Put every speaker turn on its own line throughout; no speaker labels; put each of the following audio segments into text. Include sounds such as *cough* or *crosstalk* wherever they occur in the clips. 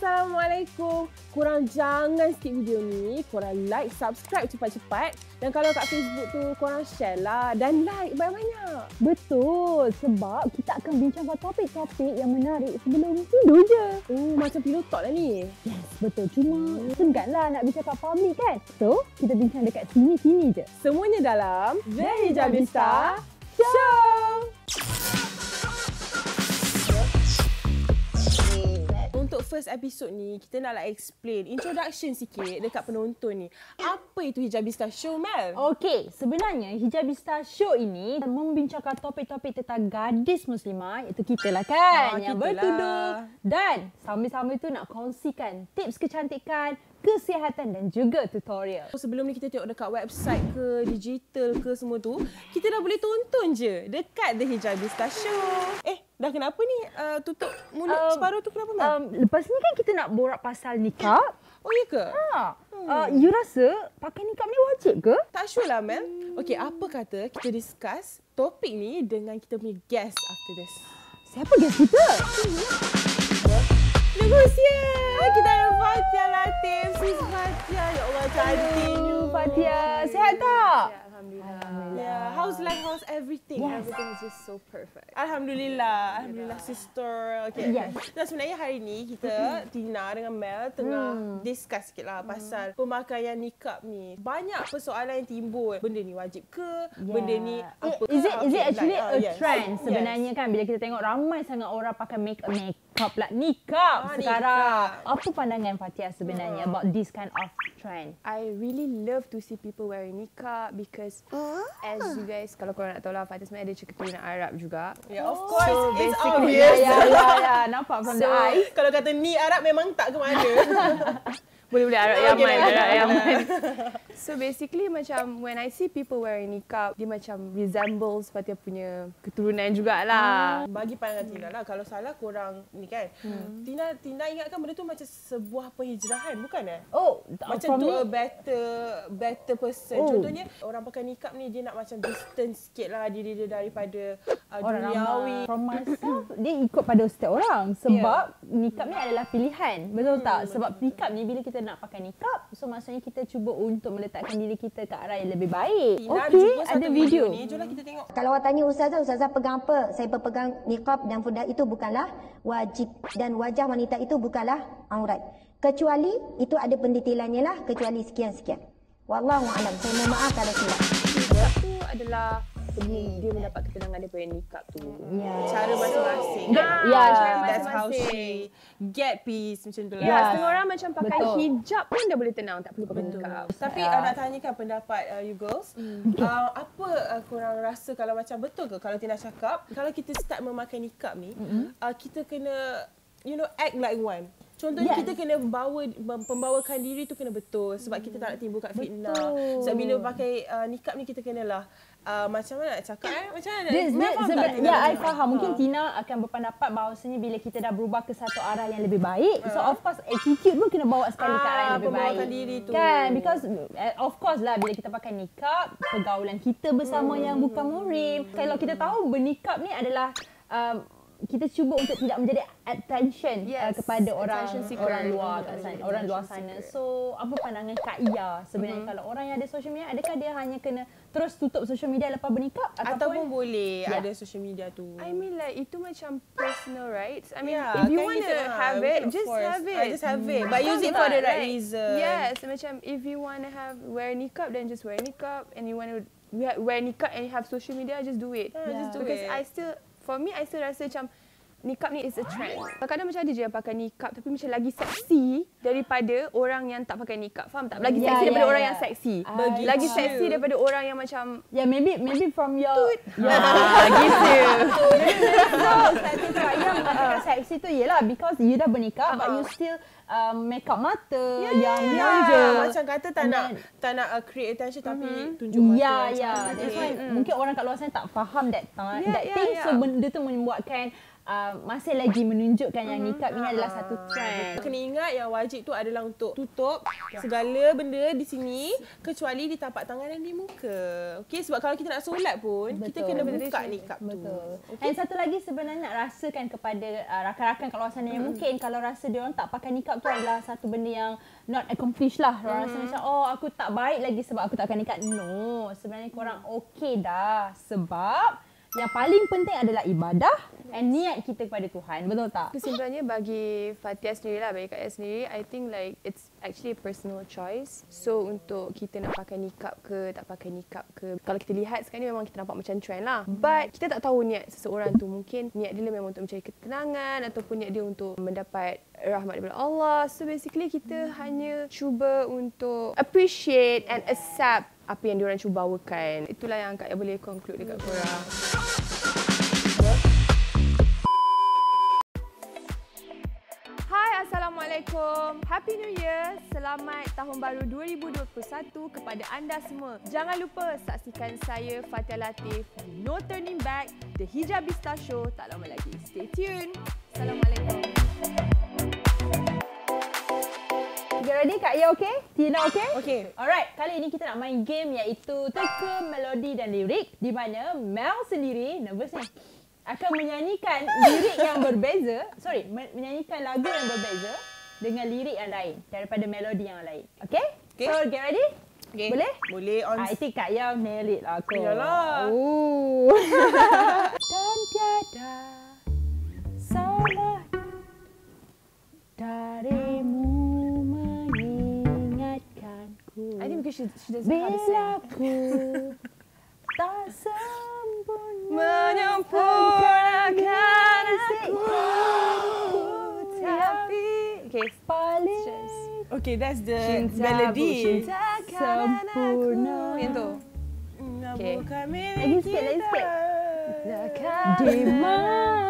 Assalamualaikum. Korang jangan skip video ni. Korang like, subscribe cepat-cepat. Dan kalau kat Facebook tu, korang share lah. Dan like banyak-banyak.
Betul, sebab kita akan bincangkan topik-topik yang menarik sebelum tidur je.
Oh, macam pillow talk lah ni.
Yes, betul. Cuma seganlah nak bincang kat public kan. So, kita bincang dekat sini-sini je.
Semuanya dalam The Hijabista Show. Untuk first episode ni, kita nak lah explain introduction sikit dekat penonton ni. Apa itu Hijabista Show, Mel?
Okey, sebenarnya Hijabista Show ini membincangkan topik-topik tentang gadis muslimah iaitu kita lah kan
Ah,
yang
kita lah.
bertudur dan sambil-sambil tu nak kongsikan tips kecantikan, kesihatan dan juga tutorial.
So, Sebelum ni kita tengok dekat website ke, digital ke semua tu, kita dah boleh tonton je dekat The Hijabista Show. Eh, dah kenapa ni uh, tutup mulut
Um,
separuh tu kenapa, Mel?
Um, lepas ni kan kita nak borak pasal nikah.
oh, ya ke?
Ha. Uh, you rasa pakai nikab ni wajib ke?
Tak sure lah Mel. Okay, apa kata kita discuss topik ni dengan kita punya guest after this.
Siapa guest kita?
Negosia! Ah, Kita ada Fatia Latif. Sis Fatia. Ya Allah, cantiknya.
Hello, Fatia. Sihat tak?
Yeah, Ah. Alhamdulillah.
Yeah, Ya, how's life, how's everything?
Everything is just so perfect.
Alhamdulillah. Alhamdulillah sister. Okay.
Yes.
Nah, sebenarnya hari ni kita Tina dengan Mel
Hmm.
tengah discuss sikit
Mm.
lah pasal pemakaian nikab ni. Banyak persoalan yang timbul. Benda ni wajib ke? Benda ni
Yeah.
apa
Ya. Eh, Is it is it
Okay,
actually
like,
a
ah, yes.
trend
Yes.
sebenarnya kan bila kita tengok ramai sangat orang pakai make up make up lah nikab
Ah, Hmm.
sekarang.
nikab.
Apa pandangan Fatia sebenarnya about this kind of trend?
I really love to see people wearing niqab because
Ah.
as you guys, kalau korang nak tahu lah, Fatih sebenarnya ada keturunan Arab juga.
Yeah, of course. it's
So, basically,
Ya
obvious. *laughs*
ya ya, ya nampak from the
So,
eye.
Kalau kata ni Arab memang tak ke mana.
*laughs*
Boleh-boleh
Oh,
Arab
Okay,
Yaman,
Arab
Arab Yaman. so basically macam when I see people wearing niqab, dia macam resembles Fatih punya keturunan jugalah.
*laughs* Bagi pandangan Tina lah kalau salah korang ni kan.
Hmm.
Tina Tina ingatkan benda tu macam sebuah penghijrahan bukan eh?
Oh, uh,
Macam
from
to
me-
a better better person.
Oh.
Contohnya orang pakai nikab ni dia nak macam distance sikit lah diri dia daripada uh,
orang
duniawi.
ramai. ya. From myself, dia ikut pada setiap orang sebab nikab ni adalah pilihan. Hmm, Betul tak? Sebab nikab ni bila kita nak pakai nikab, so maksudnya kita cuba untuk meletakkan diri kita ke arah yang lebih baik.
Tina
Okey,
jumpa
ada
satu
video.
ni. Jomlah kita tengok.
Kalau awak tanya ustazah, ustazah pegang apa? Saya berpegang niqab dan fudah itu bukanlah wajib dan wajah wanita itu bukanlah aurat. Kecuali itu ada pendetailannya lah kecuali sekian-sekian. Wallahu alam. Saya mohon maaf kalau silap.
Niqab tu adalah dia, dia mendapat ketenangan daripada niqab tu.
Yeah.
Cara masing-masing.
Ya,
cara
That's how she
masing-masing.
get peace macam tu lah.
Ya,
Yes.
setengah orang macam pakai
Betul.
hijab pun dah boleh tenang, tak perlu pakai niqab.
Tapi
Ya.
uh, nak tanyakan pendapat uh, you girls.
Hmm.
Uh, apa uh, korang rasa kalau macam betul ke kalau Tina cakap kalau kita start memakai nikab ni,
Hmm.
uh, kita kena you know act like one. Contohnya
Yes.
kita kena bawa mem- pembawakan diri tu kena betul sebab kita tak nak timbul kat fitnah.
Betul.
Sebab bila pakai uh, nikab ni kita kenalah uh, macam mana nak cakap eh? Macam mana?
Dia,
Mel
dia,
faham tak
sebe-
Tina?
ya, I faham. Mungkin Tina akan berpendapat bahawasanya bila kita dah berubah ke satu arah yang lebih baik, so of course attitude pun kena bawa sekali ke
Ah,
arah yang lebih baik.
pembawakan diri tu.
Kan, because eh, of course lah bila kita pakai nikab, pergaulan kita bersama yang bukan murim. Kalau kita tahu bernikab ni adalah um, kita cuba untuk tidak menjadi attention yes, uh,
Yes,
kepada orang
attention seeker.
orang luar
Tidak
kat sana,
menjadi
orang luar
attention
sana. So, apa pandangan Kak Ia sebenarnya mm-hmm. kalau orang yang ada social media, adakah dia hanya kena terus tutup social media lepas bernikab
ataupun
ataupun
boleh
Ya.
ada social media tu.
I mean like itu macam personal rights. I mean
Yeah,
if you
kan
want to
kita, ah,
have
we
it,
cannot
just
force.
have it.
Ah, just have it. But use it
Faham
for the
tak?
right
Like,
reason.
Yes, macam if you want to have wear niqab then just wear niqab and you want to wear niqab and you have social media just do it.
Yeah. just do
Because
it.
I still for me I still rasa macam Nikab ni is a trend. Kadang-kadang macam ada je yang pakai nikab tapi macam lagi seksi daripada orang yang tak pakai nikab. Faham tak? Lagi
Yeah,
seksi daripada
yeah,
orang
yeah.
yang seksi.
Begitu.
Lagi seksi daripada orang yang macam
Yeah, maybe maybe from your
ah gitu.
so seksi tu yang uh, seksi tu ialah because you dah bernikah uh-huh. but you still um, make up mata yeah, yang
Ya,
belanja.
Macam kata tak nak
And
tak nak uh, create attention tapi tunjuk mata.
Ya,
macam
ya.
tu.
That's why mungkin orang kat luar sana tak faham that time,
Yeah,
that
yeah,
thing. So
yeah.
benda tu membuatkan uh, masih lagi menunjukkan yang nikab ini adalah satu trend.
Kena ingat yang wajib tu adalah untuk tutup
Ya.
segala benda di sini kecuali di tapak tangan dan di muka. Okey sebab kalau kita nak solat pun Betul. kita
Betul.
kena buka nikab tu.
Betul. Okay. And satu lagi sebenarnya nak rasakan kepada uh, rakan-rakan kalau sana yang mungkin kalau rasa dia orang tak pakai nikab tu adalah satu benda yang not accomplished lah. Orang rasa macam oh aku tak baik lagi sebab aku tak pakai nikab. No, sebenarnya korang okey dah sebab yang paling penting adalah ibadah and niat kita kepada Tuhan. Betul tak?
Kesimpulannya bagi Fatia sendiri lah, bagi Kak Lia sendiri, I think like it's actually a personal choice. So untuk kita nak pakai nikab ke, tak pakai nikab ke, kalau kita lihat sekarang ni memang kita nampak macam trend lah. But kita tak tahu niat seseorang tu. Mungkin niat dia memang untuk mencari ketenangan ataupun niat dia untuk mendapat rahmat daripada Allah. So basically kita hanya cuba untuk appreciate and accept apa yang diorang cuba bawakan. Itulah yang Kak Lia boleh conclude dekat korang. Hai, Assalamualaikum. Happy New Year. Selamat Tahun Baru 2021 kepada anda semua. Jangan lupa saksikan saya Fatia Latif di No Turning Back The Hijabista Show tak lama lagi. Stay tuned. Assalamualaikum.
You ready? Kak Ya okey? Tina okey?
Okey.
Alright, kali ini kita nak main game iaitu teka melodi dan lirik di mana Mel sendiri nervous ni akan menyanyikan lirik yang berbeza, sorry, men- menyanyikan lagu yang berbeza dengan lirik yang lain daripada melodi yang lain. Okey?
Okey.
Okay. So, get ready?
Okey.
Boleh? Ah,
Boleh on
I think Kak Yao nail it lah aku.
Um, Yalah.
Ooh. Dan tiada salah darimu mengingatkanku.
I think because she, she doesn't know how to sing.
Bila ku
*laughs*
tak sempurna
Menyempurnakan
aku tapi
Okay,
paling
Okay, that's the
Cinta
melody.
bukan sempurna.
yang tu.
Okay.
Lagi sikit, lagi sikit. Di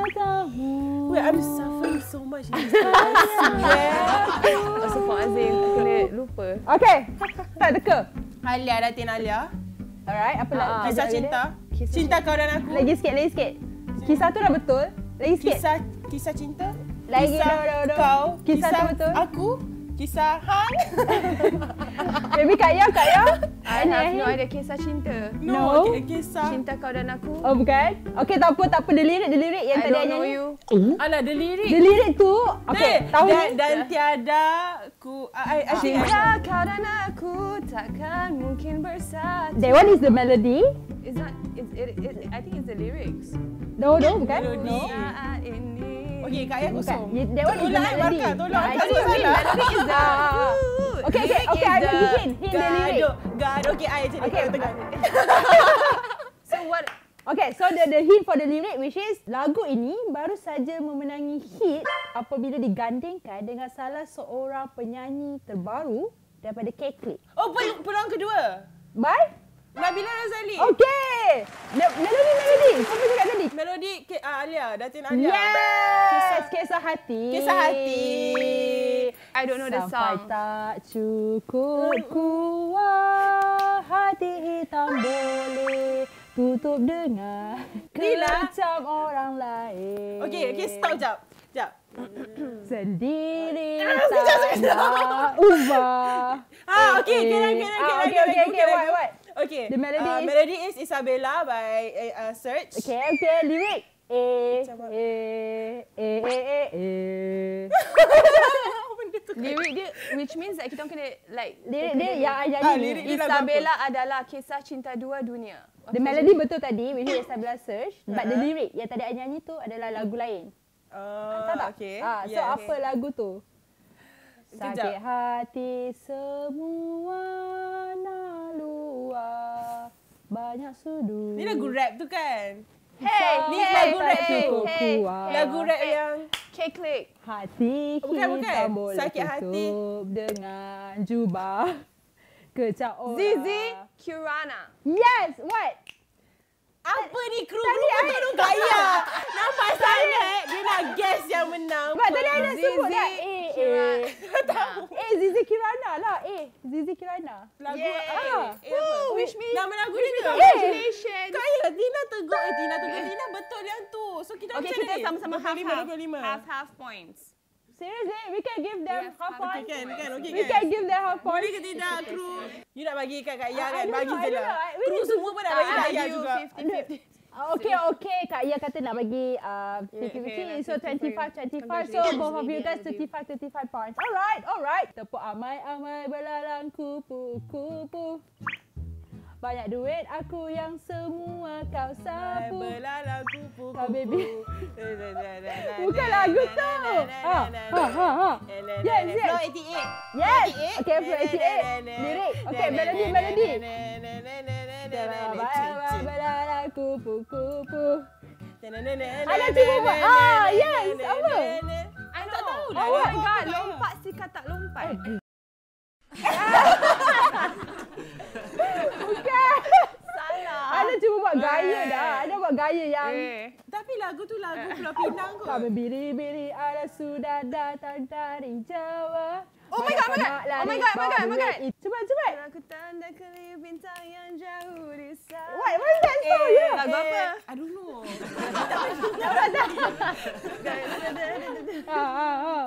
matamu
Wait, I'm suffering so much. in this time.
Astaghfirullah Oh, Azim, aku kena lupa.
Okay, tak teka
Alia Datin Alia.
Alright, apa lagi?
Ah,
Kisah
Sekejap lagi
cinta. Cinta kau dan aku.
dia. Lagi sikit, lagi sikit Kisah tu dah betul Lagi sikit
Kisah kisah cinta.
Lagi,
kisah
dah, dah, dah.
kau.
Kisah tu betul.
Aku. Kisah hang.
Baby Kak Ya, Kak Ya
*laughs* I have no idea kisah cinta.
No.
No.
Okay, kisah.
Cinta kau dan aku.
Oh bukan? Okay tak apa, tak apa Delirik, delirik yang
I
tadi
don't know
nyanyi.
you.
Alah, the lyric.
Delirik tu Okay,
Ni,
tahun
dan,
ni
dan tiada ku. I, I, I think I,
Cinta kau dan aku takkan mungkin bersatu.
That one is the melody
It's not, it's, it, it, I think it's the lyrics. ah,
No, no bukan?
Melody.
No.
Saat ini.
Okay, Kak Ayah
Bukan.
kosong.
Ye- That one is the
Tolong,
melody.
Barca, tolong.
I
Kak
think
Azmi,
salah. *laughs* Okay, okay,
Lyric
okay, I
is
bagi
the-
hint. Hint the lyric.
Gaduh. Gaduh. Okay, I jadi
Okay.
okay. tengah.
So what?
Okay, so the, the hint for the lyric which is lagu ini baru saja memenangi hit apabila digandingkan dengan salah seorang penyanyi terbaru daripada K-Click.
Oh, peluang, peluang kedua.
Bye.
Nabila Razali.
Okay. Me- Melody, melody. Siapa cakap tadi?
Melodi K, uh, Alia, Datin Alia.
Yes,
Kisah-
kisah hati.
Kisah hati.
I don't know the
Sampai
song.
tak cukup kuat hati hitam boleh tutup dengan
Lila.
kecam orang lain.
Okay, okay, stop Ah, jap. Jap.
Sendiri tak nak ubah.
Ah, okay,
Eh,
okay, okay, okay,
ah,
okay,
okay, okay, okay,
okay,
what, what?
Okay.
The melody
uh,
is-
melody is Isabella by uh, uh, Search.
Okay, okay, lirik. Eh,
Macam apa?
eh, eh, eh, eh, eh.
Oh,
Lyric dia which means that kita orang kena like
Lirik dia yang I
Ah,
nyanyi ni.
lirik dia lagu apa?
Isabella adalah kisah cinta dua dunia.
The melody betul tadi which is
*coughs*
Sabla Search but the
Uh-huh.
lyric yang tadi I nyanyi tu adalah lagu lain.
Uh,
Faham tak?
Mm. Okay.
Ah, so
Yeah,
apa lagu tu?
Sekejap.
Sakit hati semua nalua banyak sudu.
Ni lagu rap tu kan?
Hey,
Ni
hey,
lagu rap
hey,
tu. ah.
Hey,
Kuat.
Lagu rap yang
K-Click.
Hati
Oh, bukan,
kita
bukan.
boleh
Sakit hati.
tutup dengan jubah *laughs* kecak orang.
Zizi
ah.
Kirana.
Yes, what?
apa ni kru kru betul tu
*laughs*
kaya. Nampak sangat dia nak guess yang menang.
Sebab tadi I dah sebut
Zizi
dah. Eh, eh, eh. Eh, Zizi Kirana lah. Eh, Zizi Kirana.
Lagu
Yay.
apa? Eh, apa?
Woo, wish me-
Nama lagu dia ke?
Eh.
Congratulations.
Kak Ella, Tina tegur. Eh, Tina tegur. Tina betul yang tu. So, kita
Okay,
macam
kita
ni.
sama-sama half
25,
half.
25.
Half half points.
Seriously, we can give them
Yes,
half
half point.
point.
Kan, kan? Okay,
We
kan?
can give them half point.
Boleh ke tidak, kru? You nak bagi kat Kak Ella
I
kan?
don't
Bagi
know, I
je
don't
lah.
know. I
Kru
really
semua pun nak bagi
Ah,
Kak Ella
you
juga.
50-50.
Ah, Okay, okay. Kak Ia kata nak bagi uh, 50-50.
okay,
so,
lucky for you.
25-25. So,
Congratulations,
both of you
baby, I
guys
love you.
35-35 points. Alright, alright. Tepuk amai-amai belalang kupu-kupu. Banyak duit aku yang semua kau sapu.
Belalang kupu
Tak, baby.
*laughs*
Bukan
Bukan
lagu tu. Ha, ha, ha, ha. Yes, yes.
Flow 88.
Yes. Okay, Flow 88. Lirik. Okay, melody, melody. Amai-amai belalang kupu-kupu. Ada cuba buat. Ah, yes. Apa?
I tak tahu
lah.
Oh my god,
Lagu apa dia?
lompat sikat tak lompat.
Bukan.
Salah.
Ada cuba buat gaya dah. Ada buat gaya yang...
Eh.
Tapi lagu tu lagu Pulau Pinang kot.
Kami biri-biri ala sudah datang dari Jawa.
Oh my God, oh my God.
Lari
Oh my God, oh my God, oh my God.
bawah. Cepat, cepat.
Aku tanda kelip bintang yang jauh di sana.
What, what is that song? Eh, yeah.
Lagu apa?
I don't
*laughs*
know.
*laughs* Ha, ha, ha.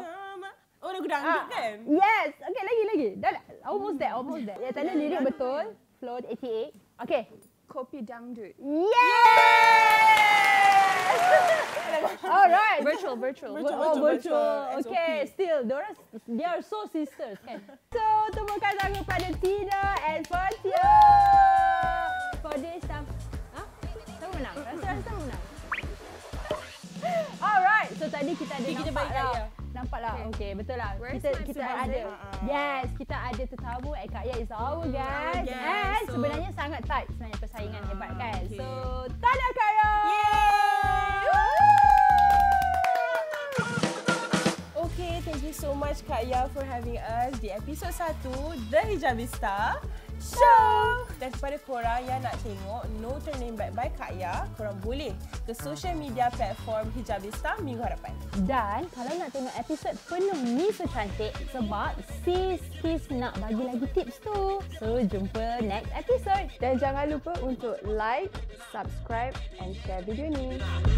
Oh lagu dangdut kan?
Yes. Okay, lagi, lagi. Dah lah. Almost there, almost there. Ya, tanda lirik betul. Float 88. Okay.
Kopi dangdut.
Yes! *laughs* Alright.
Virtual, virtual.
virtual, oh, virtual. Okay, still, diorang, they are so sisters kan. So, temukan tangan kepada Tina and Fatia. For this time. Ha? Sama menang. Rasa-rasa menang. *laughs* Alright, so tadi kita ada
kita
nampak
bagi
lah.
Kak Ia.
Nampak lah. Okay,
Okay.
betul lah.
Where's
kita
my
kita ada.
supervisor?
Yes, kita ada tetamu at Kak Ia is our guest.
guest.
And
So-
sebenarnya sangat tight sebenarnya persaingan hebat kan.
okay.
So, tanya Kak Ia.
Okay, thank you so much Kak Yao for having us di episod 1 The Hijabista Show. Dan kepada korang yang nak tengok No Turning Back by Kak Yao, korang boleh ke social media platform Hijabista Minggu Harapan.
Dan kalau nak tengok episod penuh Miso Cantik sebab sis sis nak bagi lagi tips tu. So jumpa next episode.
Dan jangan lupa untuk like, subscribe and share video ni.